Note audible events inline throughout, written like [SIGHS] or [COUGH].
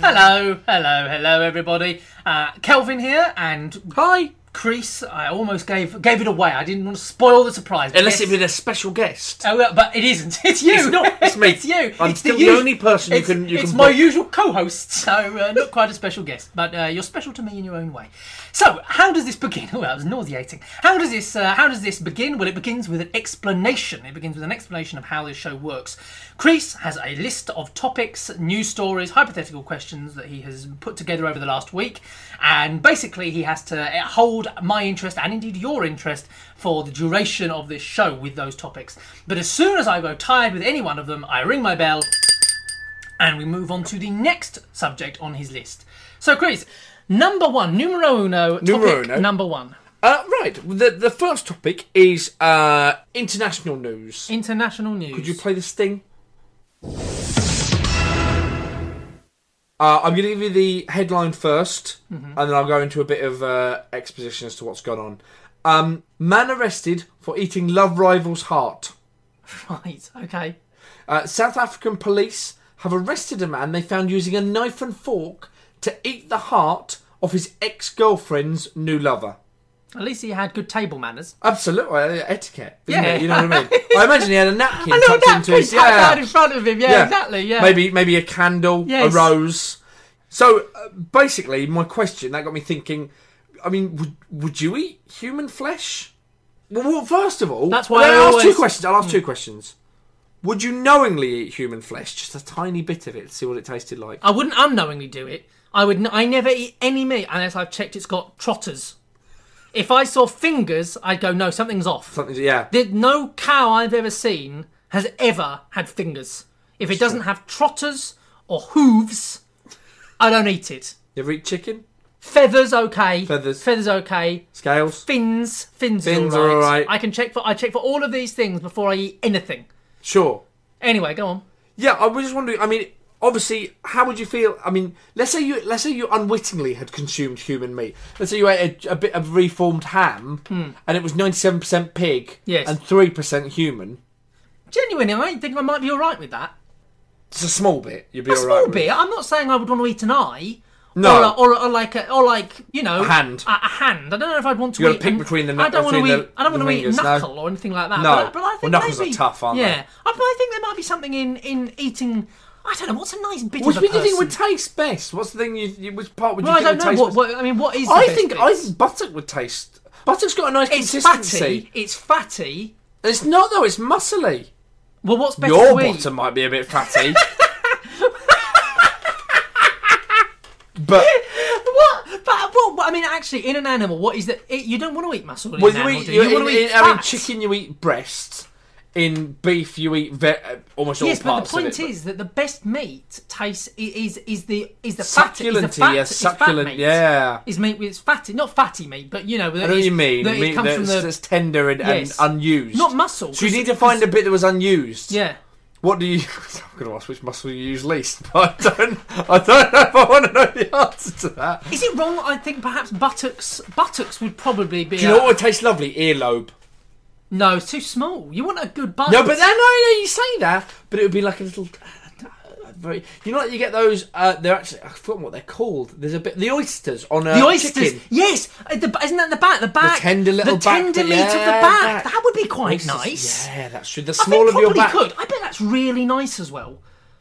Hello, hello, hello, everybody. Uh, Kelvin here, and Hi. Crease. I almost gave gave it away. I didn't want to spoil the surprise. but Unless yes- it was a special guest. Oh, well, but it isn't. [LAUGHS] It's you. It's not. It's [LAUGHS] me. it's you. I'm it's still the, usu- only person you It's, can. You it's can my book. usual co-host, so uh, not quite a special guest, but uh, you're special to me in your own way. So, how does this begin? [LAUGHS] Well, that was nauseating. How does this? Uh, how does this begin? Well, it begins with an explanation. It begins with an explanation of how this show works. Crease has a list of topics, news stories, hypothetical questions that he has put together over the last week, and basically he has to uh, hold my interest and indeed your interest for the duration of this show with those topics. But as soon as I go tired with any one of them, I ring my bell. And we move on to the next subject on his list. So, Chris, number one, numero uno, Numero topic uno. number one, Uh, right. The the first topic is uh, international news. international news. Could you play the sting? Uh, I'm going to give you the headline 1st and then I'll go into a bit of uh, exposition as to what's gone on. Um, man arrested for eating love rival's heart. [LAUGHS] right, okay. Uh, South African police have arrested a man they found using a knife and fork to eat the heart of his ex girlfriend's new lover. At least he had good table manners. Absolutely, uh, etiquette. Isn't Yeah. it? you know what I [LAUGHS] mean. I imagine he had a napkin A little tucked into napkin his tucked out in front of him. Yeah, Yeah. exactly. Yeah. Maybe maybe a candle, Yes. a rose. So uh, basically, my question that got me thinking. I mean, would would you eat human flesh? Well, well first of all, That's why I'll I ask two always- Hmm. questions. I'll ask two questions. Would you knowingly eat human flesh, just a tiny bit of it, to see what it tasted like? I wouldn't unknowingly do it. I would. N- I never eat any meat unless I've checked it's got trotters. If I saw fingers, I'd go, no, something's off. Something, yeah. There- no cow I've ever seen has ever had fingers. If it doesn't have trotters or hooves, I don't eat it. You ever eat chicken? Feathers okay. Feathers. Feathers okay. Scales? Fins. Fins, Fins are are all right. alright. I can check for I check for all of these things before I eat anything. Sure. Anyway, go on. Yeah, I was just wondering. I mean, obviously, how would you feel? I mean, let's say you let's say you unwittingly had consumed human meat. Let's say you ate a, a bit of reformed ham, and it was ninety seven percent pig, Hmm. Yes. and three percent human. Genuinely, I think I might be all right with that. It's a small bit. You'd be A all small right. bit. I'm not saying I would want to eat an eye. No. Or, a, or, a, or like a, or like you know a hand. a, hand. I don't know if I'd want to You eat. gotta pick an- between the kn- I don't want to between the- eat. I don't want the to eat fingers, no. knuckle or anything like that. No. But, I- but I Well, think knuckles are maybe, tough, aren't they? yeah. I, but I think there might be something in in eating. I don't know. What's a nice bit Which of a bit do you think would person? taste best? What's the thing you? you which part would you Well, I think don't would know. taste What, what- best? I mean, what is? the I best think bit? I think buttock would taste. Buttock's got a nice it's consistency. fatty. It's fatty. It's not though. It's muscly. Well, what's better? Your to eat? bottom might be a bit fatty. [LAUGHS] but What? But what? what- I mean, actually, in an animal, what is that? It, you don't want to eat muscle in well, an you animal. eat, do you, you want in- to eat in- I mean, fat. chicken you eat breasts. In beef you eat ve- uh, almost Yes, all but parts the point of it. is that the best meat tastes i- is is the is the fat is the succulent, fat, yeah, is fat succulent, meat. yeah. Is meat with fatty, not fatty meat, but you know. I know what you mean. That meat it comes that's, from the that's tender and, Yes. and unused. not muscle. so you 'cause- need to find a bit that was unused. yeah. What do you? [LAUGHS] I'm going to ask which muscle you use least, [LAUGHS] but I don't. I don't know if I want to know the answer to that. Is it wrong? that I think perhaps buttocks buttocks would probably be. Do you a- know what would taste lovely? Earlobe. No, it's too small. You want a good buttock. No, but then no, no, you say that, but it would be like a little. uh, Very, you know, like you get those. Uh, they're actually I've forgotten what they're called. There's a bit the oysters on a the oysters. chicken. Yes, at the, isn't that the back? The back. tender little the back tender bit, meat of the yeah, back. back. That would be quite Oysters, nice. Yeah, that's true. The I small think of your probably back. could. I bet that's really nice as well.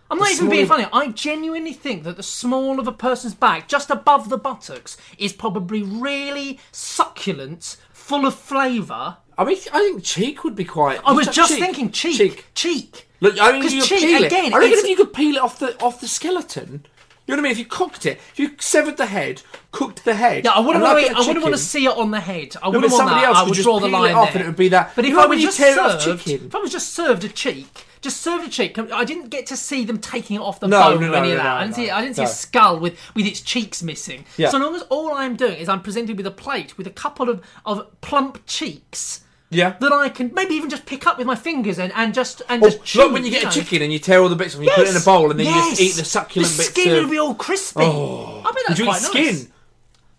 I'm not even small being of- funny. I genuinely think that the small of a person's back, just above the buttocks, is probably really succulent, full of flavour. I mean, I think cheek would be quite. I was just Oh, cheek. thinking cheek, cheek, Cheek. Look, I mean, 'Cause you cheek, peel it. again, I reckon it's- if you could peel it off the off the skeleton. You know what I mean? If you cooked it, if you severed the head, cooked the head. Yeah, I wouldn't and want like to. a I wouldn't want to chicken- see it on the head. I No, wouldn't but want somebody that. else I could would just draw the peel it line off, there. and it would be that. But if You know I when was you just tear it off served, chicken? if I was just served a cheek, just served a cheek. I didn't get to see them taking it off the No, bone no, or no, any of no, that. no, I didn't see. no, I didn't see a no. skull with with its cheeks missing. Yeah. So long as all I'm doing is I'm presented with a plate with a couple of of plump cheeks Yeah. that I can maybe even just pick up with my fingers and and just and Oh, just chew. look, when you get know. a chicken and you tear all the bits off and you put it in a Yes, bowl and then you just yes. eat the succulent the bits. skin of- will be all crispy. Oh. I bet Would that's you eat quite skin? nice.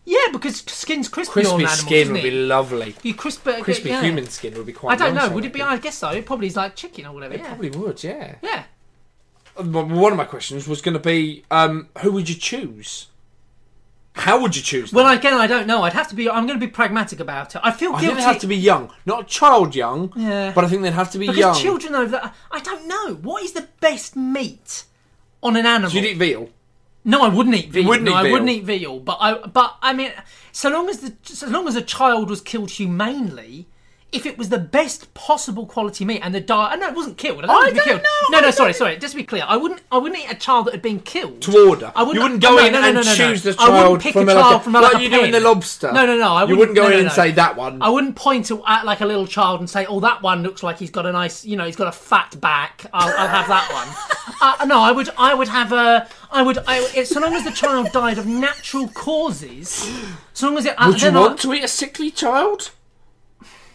Yeah, because skin's crispy Crispy on animals, skin isn't would be it? lovely. You crispy, Crispy yeah. human skin would be quite I don't nice, know. Would it be? reckon. I guess so. It probably is like chicken or whatever. Yeah. Probably would, yeah. yeah. Um, one of my questions was going to be um, who would you choose? How would you choose? them? Well, again, I don't know. I'd have to be. I'm going to be pragmatic about it. I feel I guilty. think they'd have to be young, not child young, Yeah. but I think they'd have to be because young. children over that. I don't know. What is the best meat on an animal? You'd eat veal. No, I wouldn't eat veal. wouldn't no, eat I veal. wouldn't eat veal. But I, but I mean, so long as the, so long as a child was killed humanely, if it was the best possible quality meat and the diet, and no, it wasn't killed. I don't, I think it was don't killed. know, No, I no, don't sorry, sorry. Just to be clear, I wouldn't, I wouldn't eat a child that had been killed To order. I wouldn't, You wouldn't go no, in no, no, and no, no, choose no. the I child wouldn't pick from a a- child from a, like like you a do in pen. The Lobster. No, no, no. I You wouldn't, wouldn't go no, in no, and no. say, "That one." I wouldn't point to at like a little child and say, "Oh, that one looks like he's got a nice, you know, he's got a fat back. I'll, I'll have that one." Uh, no, I would, I would have a, I would, I, it, so long as the child died of natural causes, so long as it. uh, Would you want to eat a sickly child?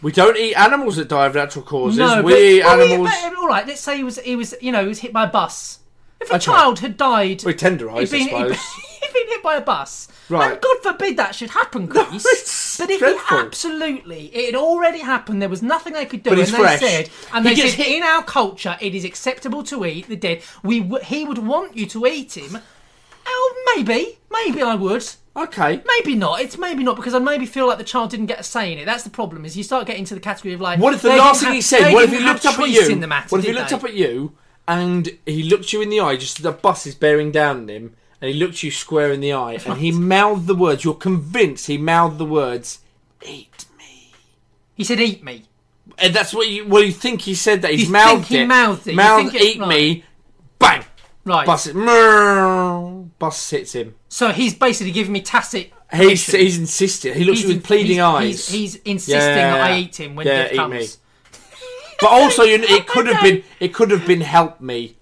We don't eat animals that die of natural causes. No, we but- eat well, we- animals. but, all right, let's say he was, he was, you know, he was hit by a bus. If a Okay. child had died, We tenderise, been, [LAUGHS] I suppose. he'd been hit by a bus. Right. And God forbid that should happen, Chris. [LAUGHS] it's but if dreadful. it absolutely, it had already happened, there was nothing they could do, But and he's they fresh. said, and He they gets said, in our culture, it is acceptable to eat the dead. We w- he would want you to eat him. Oh, maybe, maybe I would. Okay. Maybe not. It's maybe not because I maybe feel like the child didn't get a say in it. That's the problem. Is you start getting to the category of like, What if the they didn't last thing he have- said? they What if he didn't looked have up at choice you? In the matter, what if he did looked they? up at you and he looked you in the eye? Just as the bus is bearing down on him, and he looked you square in the eye, and he mouthed the words. You're convinced he mouthed the words. Eat me. He said, "Eat me." And that's what you. Well, you think he said that. He's You think mouthed he it. mouthed it. You Mouthed think it- eat me. Bang. Right. Bus. It, bus hits him. So he's basically giving me tacit. He's, permission. he's insisted. He looks you with pleading he's- eyes. He's, he's insisting that I Yeah. eat him when Yeah, it eat comes. me. but also, you know, it could have Okay. been. It could have been help me.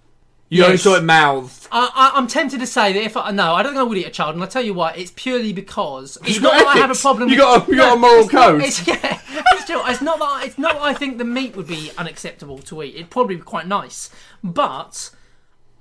You only Yes. saw it mouthed. I, I, I'm tempted to say that if I no, I don't think I would eat a child, and I tell you why, it's purely because it's You've not got that I have a ethics. problem. You with- got a- you got a moral it's not- code. it's, [LAUGHS] yeah, it's, true. It's not that I, it's not that I think the meat would be unacceptable to eat. It'd probably be quite nice, but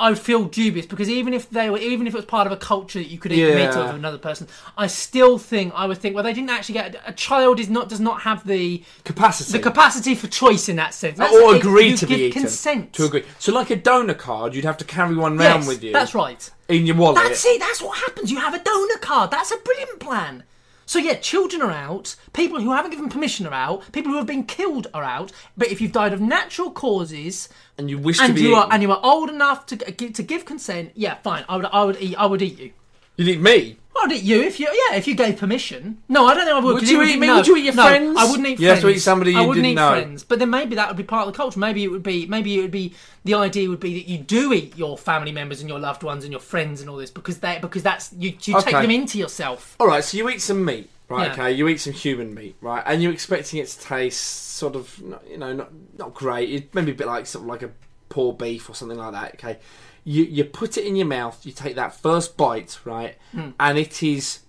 I feel dubious because even if they were, even if it was part of a culture that you could eat the meat Yeah. of another person, I still think I would think well, they didn't actually get a child is not does not have the Capacity. the capacity for choice in that sense. That's- or it- agree you to give be eaten. consent To agree. So, like a donor card, you'd have to carry one Yes, round with you. That's right. In your wallet. That's it. That's what happens. You have a donor card. That's a brilliant plan. So yeah, children are out. People who haven't given permission are out. People who have been killed are out. But if you've died of natural causes And you wish to and be. you are eaten. and you are old enough to g- to give consent, yeah, fine. I would I would eat I would eat you. You'd eat me. I'd eat you if you yeah if you gave permission. No, I don't think I would. Would 'cause you it eat be- me? no. Would you eat your No, friends? I wouldn't eat You'd friends. have to eat somebody you I wouldn't didn't eat know. friends. But then maybe that would be part of the culture. Maybe it would be. Maybe it would be the idea would be that you do eat your family members and your loved ones and your friends and all this because they because that's you you take Okay. them into yourself. All right. So you eat some meat. Right. Yeah. Okay. You eat some human meat. Right. And you're expecting it to taste sort of, not- you know, not not great. It maybe a bit like something like a poor beef or something like that. Okay. You you put it in your mouth. You take that first bite. Right. And it is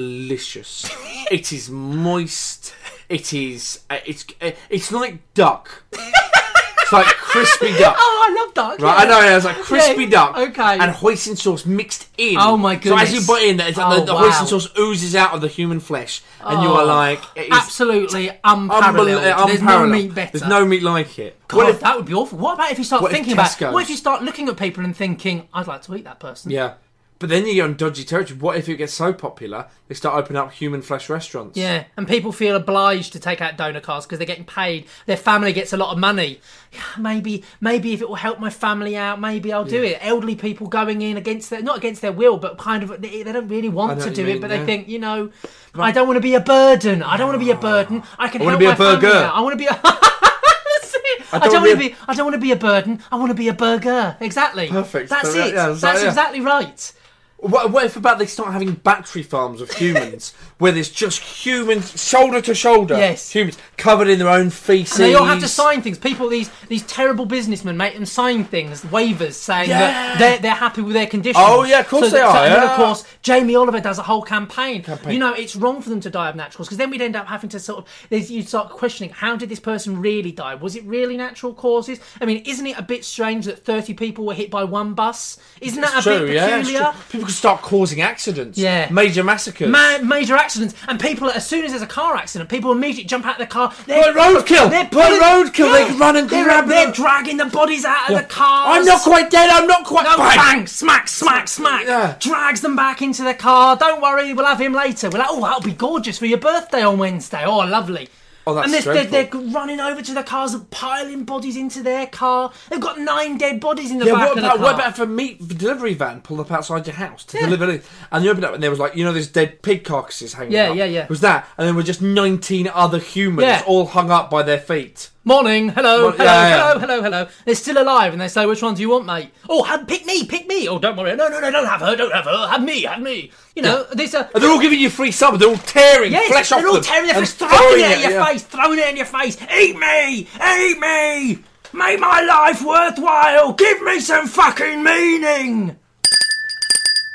delicious. it is moist. It is. uh, It's uh, it's like duck. it's like crispy duck. Oh, I love duck. Right, I yeah. know. It was like crispy Yeah, duck, okay. and hoisin sauce mixed in. Oh, my So as goodness. you bite in, it's like Oh, the, the wow. hoisin sauce oozes out of the human flesh, and you are like, it is Absolutely unparalleled. unbel- uh, There's no unparalleled. meat better. There's no meat like it. God, What if? that would be awful. What about if you start What if thinking about? Tesco's? What if you start looking at people and thinking, "I'd like to eat that person." Yeah, but then you get on dodgy territory. What if it gets so popular they start opening up human flesh restaurants? Yeah, and people feel obliged to take out donor cards because they're getting paid. Their family gets a lot of money. [SIGHS] Yeah, maybe, maybe if it will help my family out, maybe I'll do it. Elderly people going in against their not against their will, but kind of they, they don't really I want know to what you do it, mean, but yeah. they think you know, I don't want to be a burden. I don't want to be a [SIGHS] burden. I can help I wanna be my a burger. family out. I want to be. A- [LAUGHS] That's it. I don't, don't want wanna to be be. I don't want to be a burden. I want to be a burger. Exactly. Perfect. That's Yeah, it. yeah, that's that's right, yeah. exactly right. What, what if about they start having battery farms of humans [LAUGHS] where there's just humans shoulder to shoulder? Yes. Humans covered in their own feces. They all have to sign things. People, these these terrible businessmen, make them sign things, waivers saying that Yeah. they're they're happy with their conditions. Oh, yeah, of course So they that- so- are, and then, of yeah. course, Jamie Oliver does a whole campaign. Campaign. You know, it's wrong for them to die of natural because then we'd end up having to sort of there's- you start questioning how did this person really die? Was it really natural causes? I mean, isn't it a bit strange that thirty people were hit by one bus? Isn't that a True, bit yeah, peculiar? it's true. People could start causing accidents. Yeah. Major massacres. Ma- major accidents, and people as soon as there's a car accident, people immediately jump out of their car. Like roadkill! They're Like roadkill, they can run and they're, grab They're it. dragging the bodies out Yeah. of the cars. I'm not quite dead, I'm not quite No, bang. bang. smack, smack, smack. Yeah. Drags them back into the car. Don't worry, we'll have him later. We're like, oh, that'll be gorgeous for your birthday on Wednesday. Oh, lovely. Oh, that's and they're, they're, dreadful. they're running over to the cars and piling bodies into their car. They've got nine dead bodies in the Yeah, back what of the car. about, what about if a meat delivery van pulled up outside your house to deliver it? And you opened up and there was like, you know, there's dead pig carcasses hanging Yeah, up? yeah, yeah. It was that. And there were just 19 other humans Yeah. all hung up by their feet. Morning, hello, Well, hello, yeah, yeah. hello, hello, hello. They're still alive, and they say, "Which one do you want, mate?" Oh, have, pick me, pick me. Oh, don't worry, no, no, no, don't have her, don't have her. Have me, have me. You know, these are And they're all giving you free sub. They're all tearing Yes, flesh off they're all them tearing their and flesh, throwing it throwing in your yeah. face, throwing it in your face. Eat me, eat me. Make my life worthwhile. Give me some fucking meaning.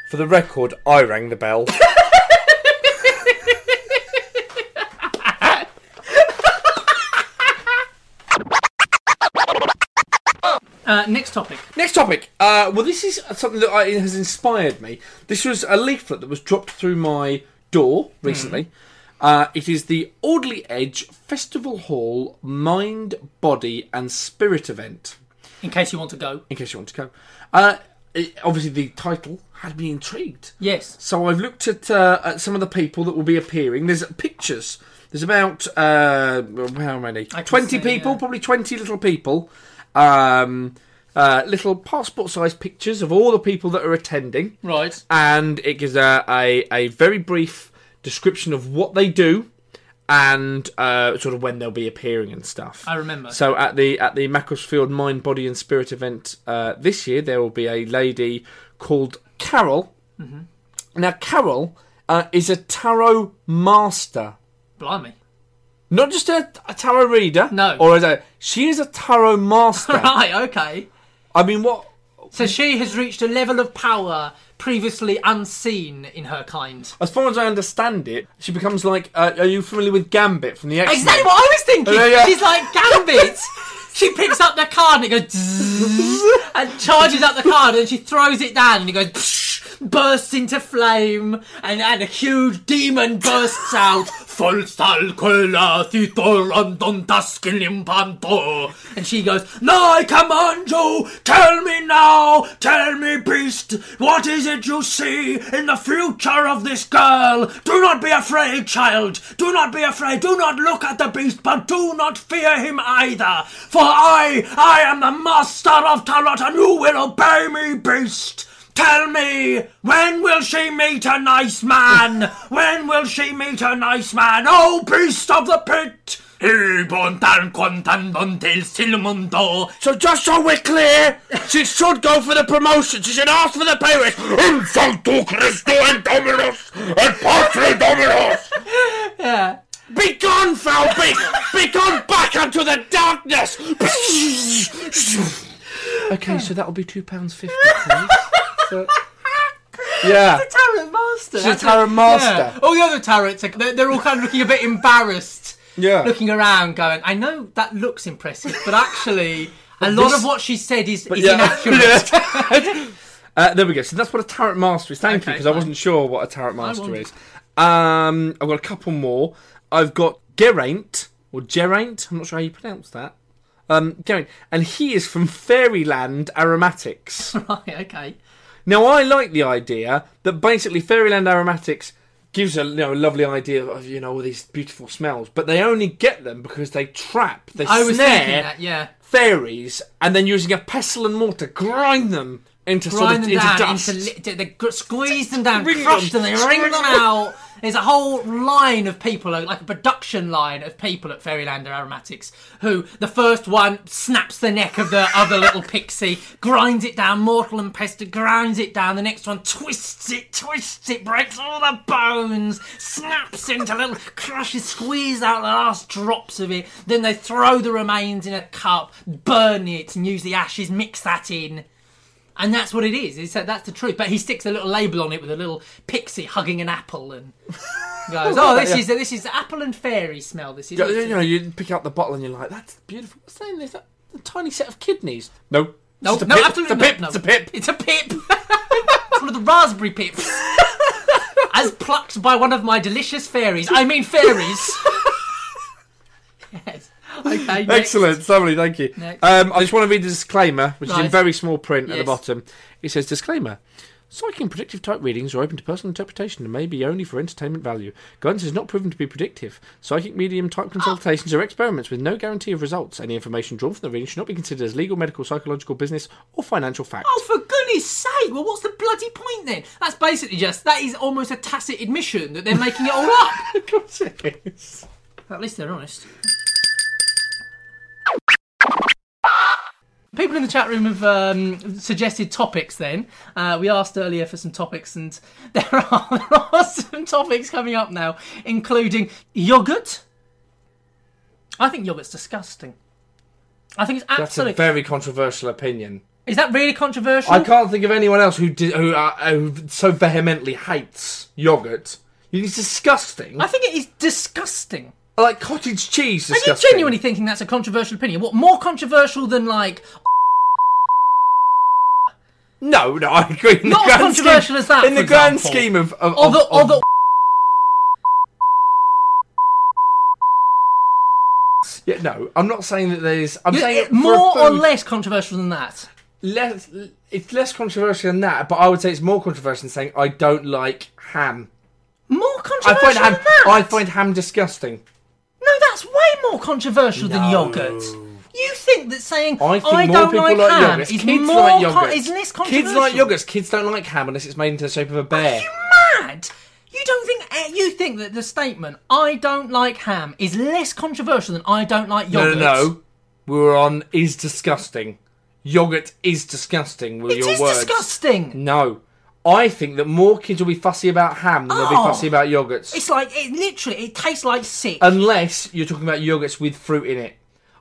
For the record, I rang the bell. Uh, next topic. Next topic. Uh, well, this is something that I, has inspired me. This was a leaflet that was dropped through my door recently. Uh, it is the Audley Edge Festival Hall Mind, Body, and Spirit event. In case you want to go. In case you want to go, uh, it- obviously the title had me intrigued. Yes. So I've looked at uh, at some of the people that will be appearing. There's pictures. There's about uh, how many? can Twenty see, people, yeah. probably twenty little people. Um, uh, little passport-sized pictures of all the people that are attending, Right. and it gives a a, a very brief description of what they do. And uh, sort of when they'll be appearing and stuff. I remember. So at the at the Macclesfield Mind, Body and Spirit event uh, this year, there will be a lady called Carol. Mm-hmm. Now Carol uh, is a tarot master, Blimey. not just a, a tarot reader. No. or as a she is a [LAUGHS] tarot master. Right. Okay. I mean, what? So she has reached a level of power previously unseen in her kind. As far as I understand it, she becomes like. Uh, are you familiar with Gambit from the X? Exactly what I was thinking. Yeah, yeah. She's like Gambit. she picks up the card and it goes [LAUGHS] zzzz and charges up the card and she throws it down and it goes [LAUGHS] psh, bursts into flame and, and a huge demon bursts out. False alcola thitorandon limpanto. And she goes, No, I command you, tell me now, tell me, beast, what is it you see in the future of this girl? Do not be afraid, child, do not be afraid, do not look at the beast, but do not fear him either, for I, I am the master of Tarot, and you will obey me, beast. Tell me, when will she meet a nice man? When will she meet a nice man? Oh, beast of the pit! Il bontan contandonte il silmondo. So just so we're clear, she should go for the promotion. She should ask for the pay raise. In Sancto Cristo and Dominus and Patre Dominus. Yeah. Be gone, foul beast! Be gone back unto the darkness! okay, so that'll be two pounds fifty. Yeah. tarot master. a tarot master. Yeah. All the other tarots, are, they're, they're all kind of looking a bit embarrassed. Yeah. Looking around, going, I know that looks impressive, but actually, [LAUGHS] a lot this- of what she said is, is yeah. [LAUGHS] inaccurate. Uh, there we go. So that's what a tarot master is. Thank Okay, you, because I fine. wasn't sure what a tarot master wondered. is. Um, I've got a couple more. I've got Geraint or Geraint. I'm not sure how you pronounce that. Um, Geraint, and he is from Fairyland [LAUGHS] Aromatics. [LAUGHS] right, okay. Now I like the idea that basically Fairyland Aromatics gives a you know a lovely idea of you know all these beautiful smells, but they only get them because they trap, they I was thinking snare that, yeah. fairies, and then using a pestle and mortar grind them into sort Grind of them into down, dust. into li- they gr- squeeze them down, Wring crush them, them, they wring squeeze them them. out. There's a whole line of people, like a production line of people at Fairyland Aromatics, who the first one snaps the neck of the other little pixie, grinds it down, mortal and pestle, grinds it down. The next one twists it, twists it, breaks all the bones, snaps into little crushes, squeeze out the last drops of it. Then they throw the remains in a cup, burn it, and use the ashes, mix that in. And that's what it is. It's that that's the truth. But he sticks a little label on it with a little pixie hugging an apple and goes, "Oh, this Yeah. is this is apple and fairy smell. This is." You know, you know, you pick up the bottle and you're like, "That's beautiful." What's that? in there? Is that a tiny set of kidneys? No, no, It's a no, pip. absolutely It's a pip. not. It's a No. pip. It's a pip. It's one with raspberry pips, as plucked by one of my delicious fairies. I mean fairies. yes. Okay. next. Excellent, lovely, thank you. Next. Um, I just want to read the disclaimer, which is in Right. very small print at the Yes. bottom. It says disclaimer. Psychic and predictive type readings are open to personal interpretation and may be only for entertainment value. Guidance is not proven to be predictive. Psychic medium type consultations are experiments with no guarantee of results. Any information drawn from the reading should not be considered as legal, medical, psychological, business, or financial fact. Oh, for goodness sake! Well, what's the bloody point then? That's basically just that is almost a tacit admission that they're making it all up. Of course it is. At least they're honest. People in the chat room have um, suggested topics. Then uh, we asked earlier for some topics, and [LAUGHS] there are, there are some topics coming up now, including yogurt. I think yogurt's disgusting. I think it's That's a absolutely. very controversial opinion. Is that really controversial? I can't think of anyone else who di- who, uh, who so vehemently hates yogurt. It's disgusting. I think it is disgusting. like cottage cheese. Are you Disgusting. genuinely thinking that's a controversial opinion? What more controversial than like No, no, I agree. In Not the as grand controversial scheme, as that, In the for grand example. scheme of of, or of, the or [LAUGHS] of- the yeah, no, I'm not saying that there's. I'm Yeah, saying it- for a more or food- less controversial than that. less. It's less controversial than that, but I would say it's more controversial than saying I don't like ham. More I controversial find ham. than that. I find ham disgusting. no, that's way more controversial than No. yogurt. You think that saying I I, think more don't people like, like ham yogurts. is Kids more like con- yogurts. is less controversial? Kids like yogurts. Kids don't like ham unless it's made into the shape of a bear. You mad? You don't think eh, you think that the statement "I don't like ham" is less controversial than "I don't like No, no, yogurt"? no. We were on is disgusting. Yogurt is disgusting. Were It your is words? disgusting. No. I think that more kids will be fussy about ham than they'll be Oh. fussy about yogurts. It's like it literally. It tastes like sick. Um, Unless you're talking about yogurts with fruit in it.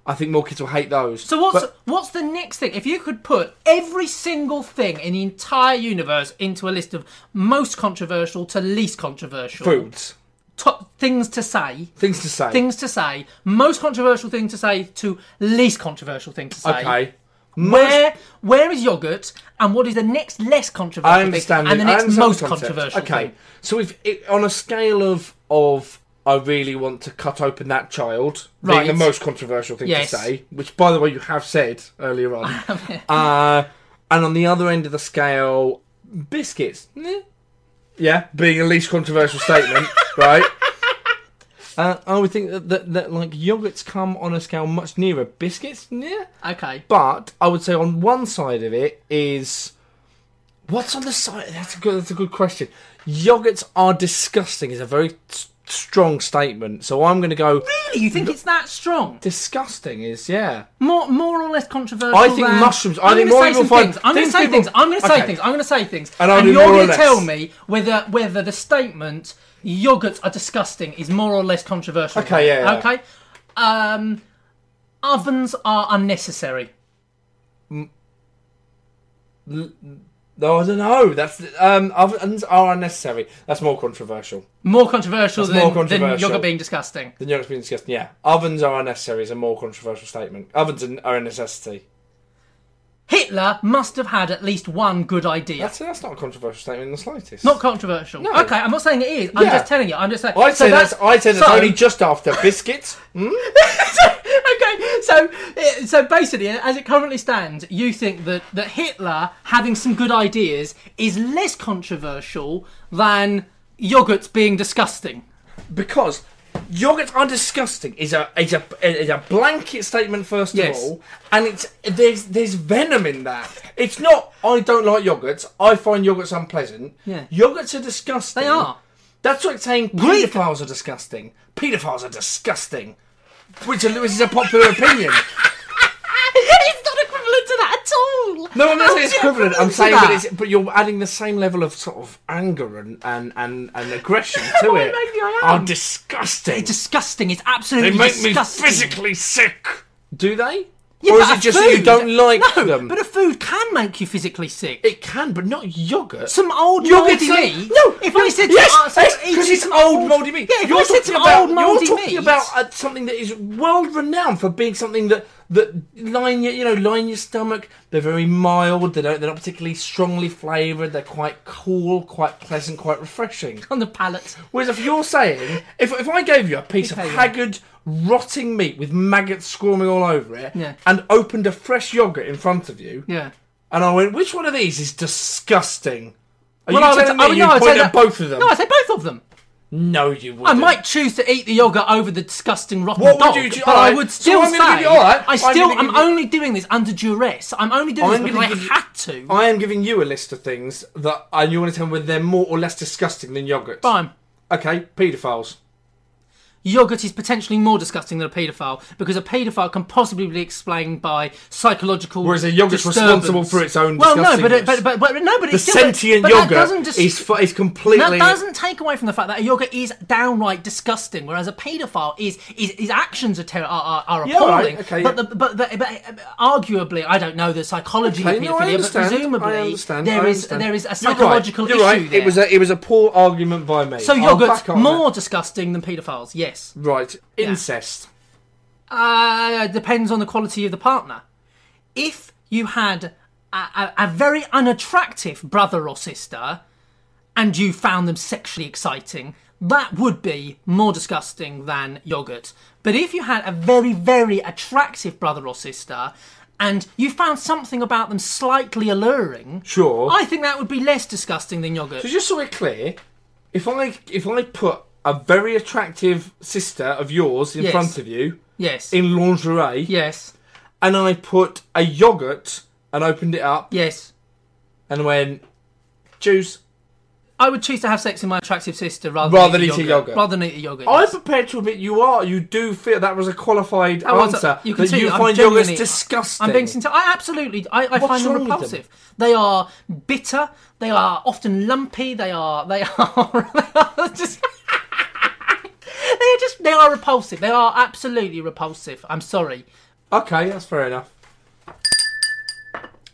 I think more kids will hate those. So what's But what's the next thing? If you could put every single thing in the entire universe into a list of most controversial to least controversial foods? top things to say, Things to say. things to say, most controversial thing to say to least controversial thing to say. Okay. Where where is yogurt and what is the next less controversial I understand. thing and the- the I next understand the most concept. controversial Okay, thing? so if it, on a scale of of I really want to cut open that child, being Right. the most controversial thing Yes. to say, which by the way you have said [LAUGHS] earlier on, uh, and on the other end of the scale, biscuits, eh, yeah, being the least [LAUGHS] controversial statement, right? Uh, I would think that, that, that like yogurts come on a scale much nearer biscuits, yeah. Okay. But I would say on one side of it is what's on the side. That's a good. That's a good question. Yogurts are disgusting. Is a very s- strong statement. So I'm going to go. Really, you think it's that strong? Disgusting is yeah. More, more or less controversial. I think than- mushrooms- I I'm think gonna more say people some find things. I'm going to things say people- things. I'm going to say Okay. things. I'm going to say things. And I'll do you're more or gonna less. tell me whether whether the statement "yogurts are disgusting" is more or less controversial. Okay, yeah, yeah. Okay. Um, ovens are unnecessary. No, I don't know. That's um ovens are unnecessary. That's more controversial More controversial, That's than, more than controversial. yogurt being disgusting. than yogurts being disgusting. Yeah, ovens are unnecessary is a more controversial statement. Ovens are- are a necessity. Hitler must have had at least one good idea. That's that's not a controversial statement in the slightest. not controversial. No. Okay, I'm not saying it is. I'm Yeah. just telling you. I'm just saying. I'd so say that's, I'd say that's so- only just after biscuits. [LAUGHS] okay, so uh, so basically, as it currently stands, you think that that Hitler having some good ideas is less controversial than yogurts being disgusting. because yogurts are disgusting is a is a is a blanket statement first Yes. of all, and it's there's there's venom in that. It's not I don't like yogurts. I find yogurts unpleasant. Yeah. yogurts are disgusting. They are. That's like saying Greek- paedophiles are disgusting. Paedophiles are disgusting, which, are, which is a popular opinion. [LAUGHS] it's not equivalent to that at all. [LAUGHS] No, I'm not How saying is it's it equivalent. I'm to saying that that? it's, but you're adding the same level of sort of anger and and and, and [LAUGHS] aggression to Well, it. maybe I Are am. disgusting. disgusting. It's absolutely disgusting. sick. Do they? Yeah, or but is a it just that you food- don't like no, them? But a food can make you physically sick. it can, but not yogurt. some old You're mouldy gonna say- meat. No, if I said yes, to, uh, so eating because it's some old mouldy meat. Yeah, if you're I said talking some about, old mouldy you're talking meat. about uh, something that is world renowned for being something that that line your you know line your stomach. They're very mild. They don't. They're not particularly strongly flavoured. They're quite cool, quite pleasant, quite refreshing. on the palate. Whereas if you're saying, if, if I gave you a piece of Okay, yeah. haggard, rotting meat with maggots squirming all over it, Yeah. and opened a fresh yogurt in front of you, Yeah. and I went, which one of these is disgusting? Are Well, I you would- telling I me would- you no, I'd point say at that- both of them? No, I say both of them. No, you wouldn't. I might choose to eat the yogurt over the disgusting rotten What would dog, you do- but alright, I would so still I'm say gonna give you- alright, I I'm still gonna I'm give you- only doing this under duress. I'm only doing I'm this gonna because I give you- had to. I am giving you a list of things that, and you want to tell me whether they're more or less disgusting than yogurt. Fine. Okay, paedophiles. Yogurt is potentially more disgusting than a paedophile because a paedophile can possibly be explained by psychological. Whereas a yogurt's disturbance. responsible for its own Well, no, but, it- disgustingness. but, but, but no, but The it's still, sentient but yogurt that doesn't dis- is, fu- is That completely. doesn't take away from the fact that a yogurt is downright disgusting, whereas a paedophile is his, his actions are, ter- are, are, are Yeah, all appalling. right, okay, but, yeah. the, but, the, but uh, arguably, I don't know the psychology Okay, of no, paedophilia, I but understand, presumably I understand, there is- I understand. there is a You're right, psychological you're issue right, there. It was a it was a poor argument by me. so I'll yogurt's back up on more that. disgusting than paedophiles, yes. right incest. Uh, depends on the quality of the partner. If you had a, a, a very unattractive brother or sister and you found them sexually exciting, that would be more disgusting than yogurt. But if you had a very, very attractive brother or sister and you found something about them slightly alluring, Sure. I think that would be less disgusting than yogurt. So just so we're clear, if I if I put a very attractive sister of yours in Yes. front of you Yes. in lingerie, yes. and I put a yogurt and opened it up Yes. and went juice. I would choose to have sex with my attractive sister rather, Rather than eat a yogurt. yogurt. Rather than eat a yogurt. I'm yes. prepared to admit you are. You do feel that was a qualified was- uh, answer. you can that see you I'm find yogurts genuinely- disgusting. I'm being sincere. I absolutely. I, I find them wrong with them? repulsive. They are bitter. They are often lumpy. They are. They are. [LAUGHS] They are just. they are just. They are repulsive. They are absolutely repulsive. I'm sorry. okay, that's fair enough.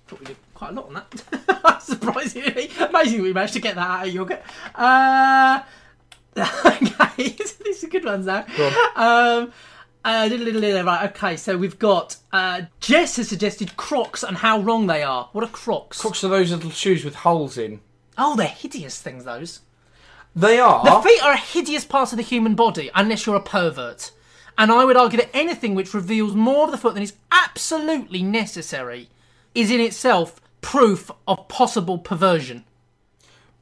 Thought we did quite a lot on that. [LAUGHS] I'm surprised. Amazing we managed to get that out of yogurt. Uh, [LAUGHS] okay, [LAUGHS] these are good ones now. Um, uh, little, little, little, right, okay, so we've got uh, Jess has suggested Crocs and how wrong they are. What are Crocs? Crocs are those little shoes with holes in. Oh, they're hideous things, those. They are. The feet are a hideous part of the human body, unless you're a pervert. And I would argue that anything which reveals more of the foot than is absolutely necessary is in itself proof of possible perversion.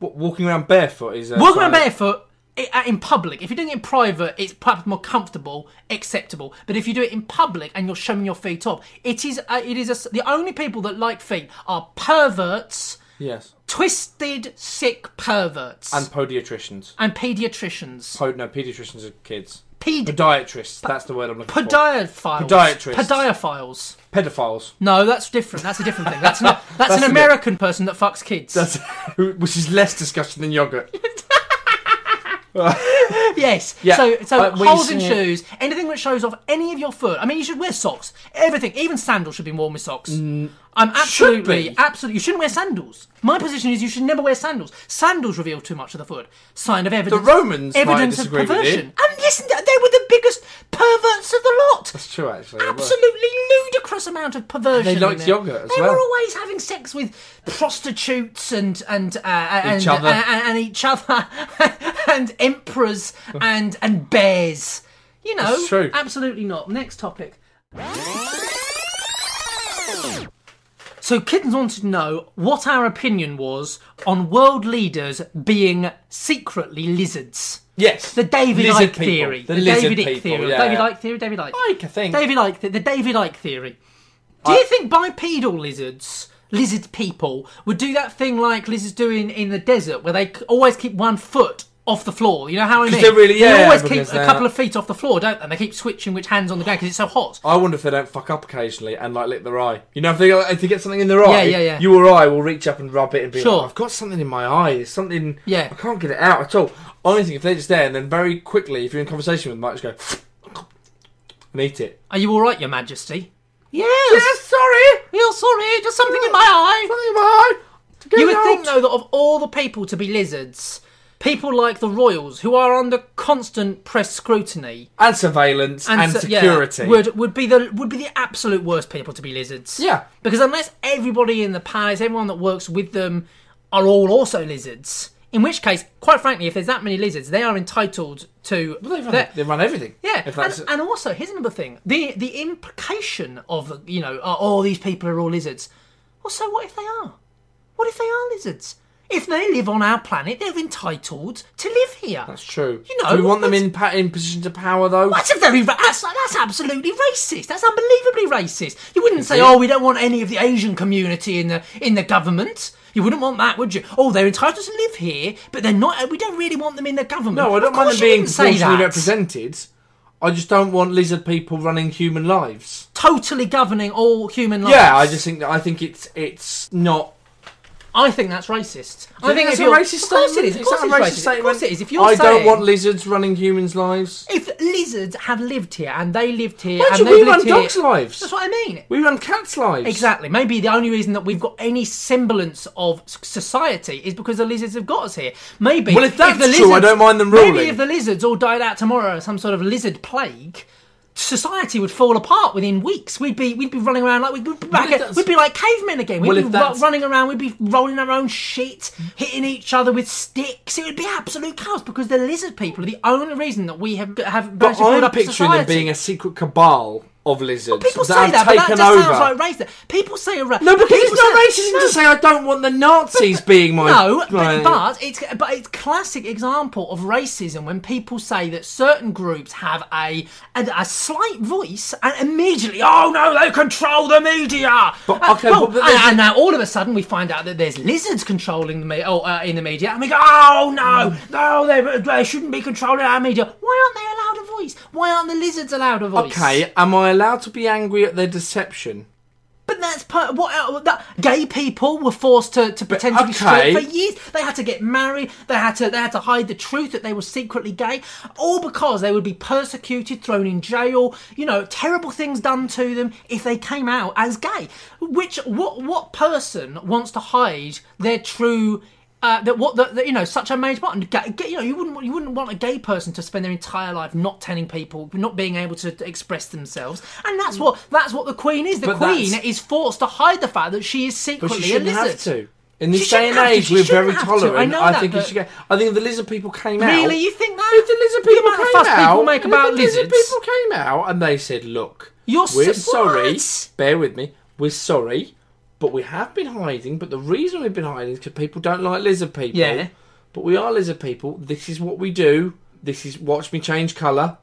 What, walking around barefoot is. uh, A Walking around sign of- barefoot i- uh, in public, if you're doing it in private, it's perhaps more comfortable, acceptable. But if you do it in public and you're showing your feet off, it is uh, it is a s the only people that like feet are perverts, Yes. twisted, sick perverts, And podiatricians. and paediatricians, Pod, no, pediatricians are kids. pedi- Podiatrists. That's the word I'm looking for. podiophiles, Podiatrists. podiophiles. Pedophiles. [LAUGHS] No, that's different. That's a different thing. That's [LAUGHS] not. That's, That's a an bit- American person that fucks kids. That's, which is less disgusting than yogurt. [LAUGHS] Yes. Yeah. So so Uh, we holes in see- shoes, anything that shows off any of your foot. I mean, you should wear socks. Everything, even sandals, should be worn with socks. I'm absolutely, Mm, be. absolutely. You shouldn't wear sandals. My position is you should never wear sandals. Sandals reveal too much of the foot. Sign of evidence. Romans might evidence disagree of with you. perversion. And listen, they were the biggest perverts of the lot. That's true, actually. it was. Absolutely ludicrous amount of perversion. They in liked there. yogurt as they well. were always having sex with prostitutes and and uh, and, Each other. uh, and, and each other [LAUGHS] and emperors and and bears. You know, That's true. absolutely not. Next topic. So kids wanted to know what our opinion was on world leaders being secretly lizards. Yes. The David lizard Icke people. theory. The, lizard David Icke people. theory. Yeah. David Icke theory. David Icke. Icke, I think. David Icke. The, the David Icke theory. Do you think bipedal lizards, lizard people, would do that thing like lizards do in, in the desert, where they c- always keep one foot off the floor? You know how I mean? they're really- yeah, They always keep because they're- a couple of feet off the floor, don't they? And they keep switching which hands on the ground because it's so hot. I wonder if they don't fuck up occasionally and like lick their eye. You know, if they if they get something in their eye, yeah, yeah. you or I will reach up and rub it and be Sure. like, "I've got something in my eye. There's something. Yeah. I can't get it out at all." I think if they're just there and then very quickly, if you're in conversation with them, might just go and eat it. Are you all right, Your Majesty? Yes. Yes, sorry. You're sorry. Just something in my eye. Something in my eye. To go [LAUGHS] You would out. think, though, that of all the people to be lizards, people like the royals, who are under constant press scrutiny And surveillance and, so- yeah, security. would would be the would be the absolute worst people to be lizards. Yeah. because unless everybody in the palace, everyone that works with them, are all also lizards. In which case, quite frankly, if there's that many lizards, they are entitled to. They run, their- they run everything. yeah, If that's, and, and also here's another thing: the the implication of you know, oh, all these people are all lizards. Well, so what if they are? What if they are lizards? If they live on our planet, they're entitled to live here. that's true. You know, Do we want them that's- in pa- in positions of power though. That's a very ra- that's, that's absolutely racist. That's unbelievably racist. You wouldn't say, it? "Oh, we don't want any of the Asian community in the in the government." You wouldn't want that, would you? Oh, they're entitled to live here, but they're not. We don't really want them in the government. No, I Of don't mind course them you being wouldn't say proportionally that. represented. I just don't want lizard people running human lives. Totally governing all human life. Yeah, I just think that I think it's it's not. I think that's racist. I I think if that's a you're- racist Of course statement. it is. Of Is that course a it's racist racist. Of course statement? it is. If you're I don't saying- want lizards running humans' lives. if lizards have lived here and they lived here Why and do they've we lived run here, dogs' lives? that's what I mean. We run cats' lives. Exactly. Maybe the only reason that we've got any semblance of s- society is because the lizards have got us here. Maybe. Well, if that's the true, I don't mind them ruling. Maybe if the lizards all died out tomorrow, some sort of lizard plague. Society would fall apart within weeks. We'd be we'd be running around like we'd be, back if at- that's- we'd be like cavemen again. We'd Well, be if ru- that's- running around. We'd be rolling our own shit, hitting each other with sticks. It would be absolute chaos because the lizard people are the only reason that we have have But managed to build I'm up a picturing society. them being a secret cabal of lizards People that say have that, but that taken just over. sounds like racist. People say a ra- no, because people it's not say- racism No, to say I don't want the Nazis being my. no, my- but, but it's but it's classic example of racism when people say that certain groups have a a, a slight voice and immediately oh no they control the media. But, Uh, okay, well, but- but and, there's- and now all of a sudden we find out that there's lizards controlling the me- oh, uh, in the media and we go oh no Mm. no they, they shouldn't be controlling our media. Why aren't they allowed a voice? Why aren't the lizards allowed a voice? Okay, am I allowed to be angry at their deception? But that's part. What el- that, gay people were forced to, to pretend to be okay. straight for years. They had to get married. They had to they had to hide the truth that they were secretly gay, all because they would be persecuted, thrown in jail. You know, terrible things done to them if they came out as gay. Which what what person wants to hide their true? Uh, that what that that, you know such a major part. And ga- ga- you know you wouldn't you wouldn't want a gay person to spend their entire life not telling people, not being able to express themselves. And that's what that's what the queen is. The Mm. But queen that's- is forced to hide the fact that she is But secretly she a shouldn't lizard. have to. In this shouldn't day and have to, age, she we're very shouldn't have to, I tolerant. know I that, think but- it should go. I think if the lizard people came out. Really, you think that? If the lizard people amount of came fuss out, people make if about the lizard lizards. people came out and they said, "Look, You're we're so- sorry. what? Bear with me. We're sorry, but we have been hiding. But the reason we've been hiding is because people don't like lizard people. Yeah. But we are lizard people. This is what we do. This is watch me change colour."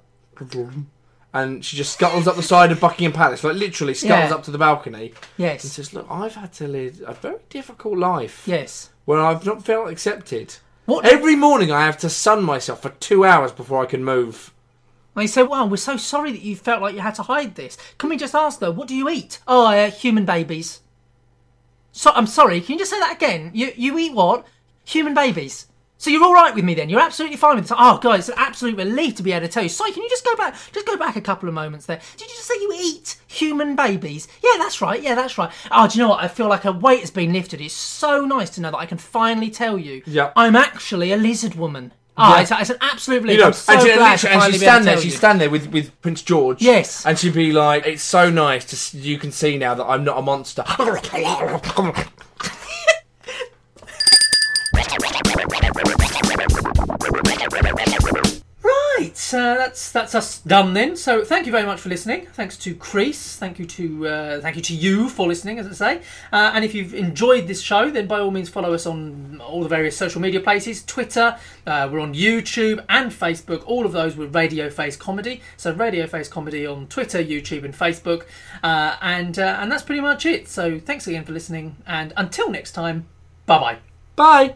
And she just scuttles up the side of Buckingham Palace, like literally scuttles Yeah. up to the balcony. He Yes, says, "Look, I've had to live a very difficult life yes. where I've not felt accepted. What Every morning I have to sun myself for two hours before I can move. They say, "Wow, we're so sorry that you felt like you had to hide this. Can we just ask though, what do you eat? Oh, I eat human babies. So I'm sorry. Can you just say that again? You you eat what? Human babies. So you're all right with me then? You're absolutely fine with this? Oh God, it's an absolute relief to be able to tell you. Sorry, can you just go back? Just go back a couple of moments there. Did you just say you eat human babies? Yeah, that's right. Yeah, that's right. Oh, do you know what? I feel like a weight has been lifted. It's so nice to know that I can finally tell you. Yeah. I'm actually a lizard woman. Oh, Yeah. it's, it's an absolute relief. You know, I'm so and, she, glad to literally- and finally be she'd able to stand there. tell She'd you. stand there with, with Prince George. Yes. and she'd be like, "It's so nice to s- you can see now that I'm not a [LAUGHS] monster." That's Right, uh, that's that's us done then. So thank you very much for listening. Thanks to Crease. Thank you to uh, thank you to you for listening, as I say. Uh, and if you've enjoyed this show, then by all means follow us on all the various social media places. Twitter, uh, we're on YouTube and Facebook. All of those with Radio Face Comedy. So Radio Face Comedy on Twitter, YouTube, and Facebook. Uh, and uh, and that's pretty much it. So thanks again for listening. And until next time, bye bye. Bye.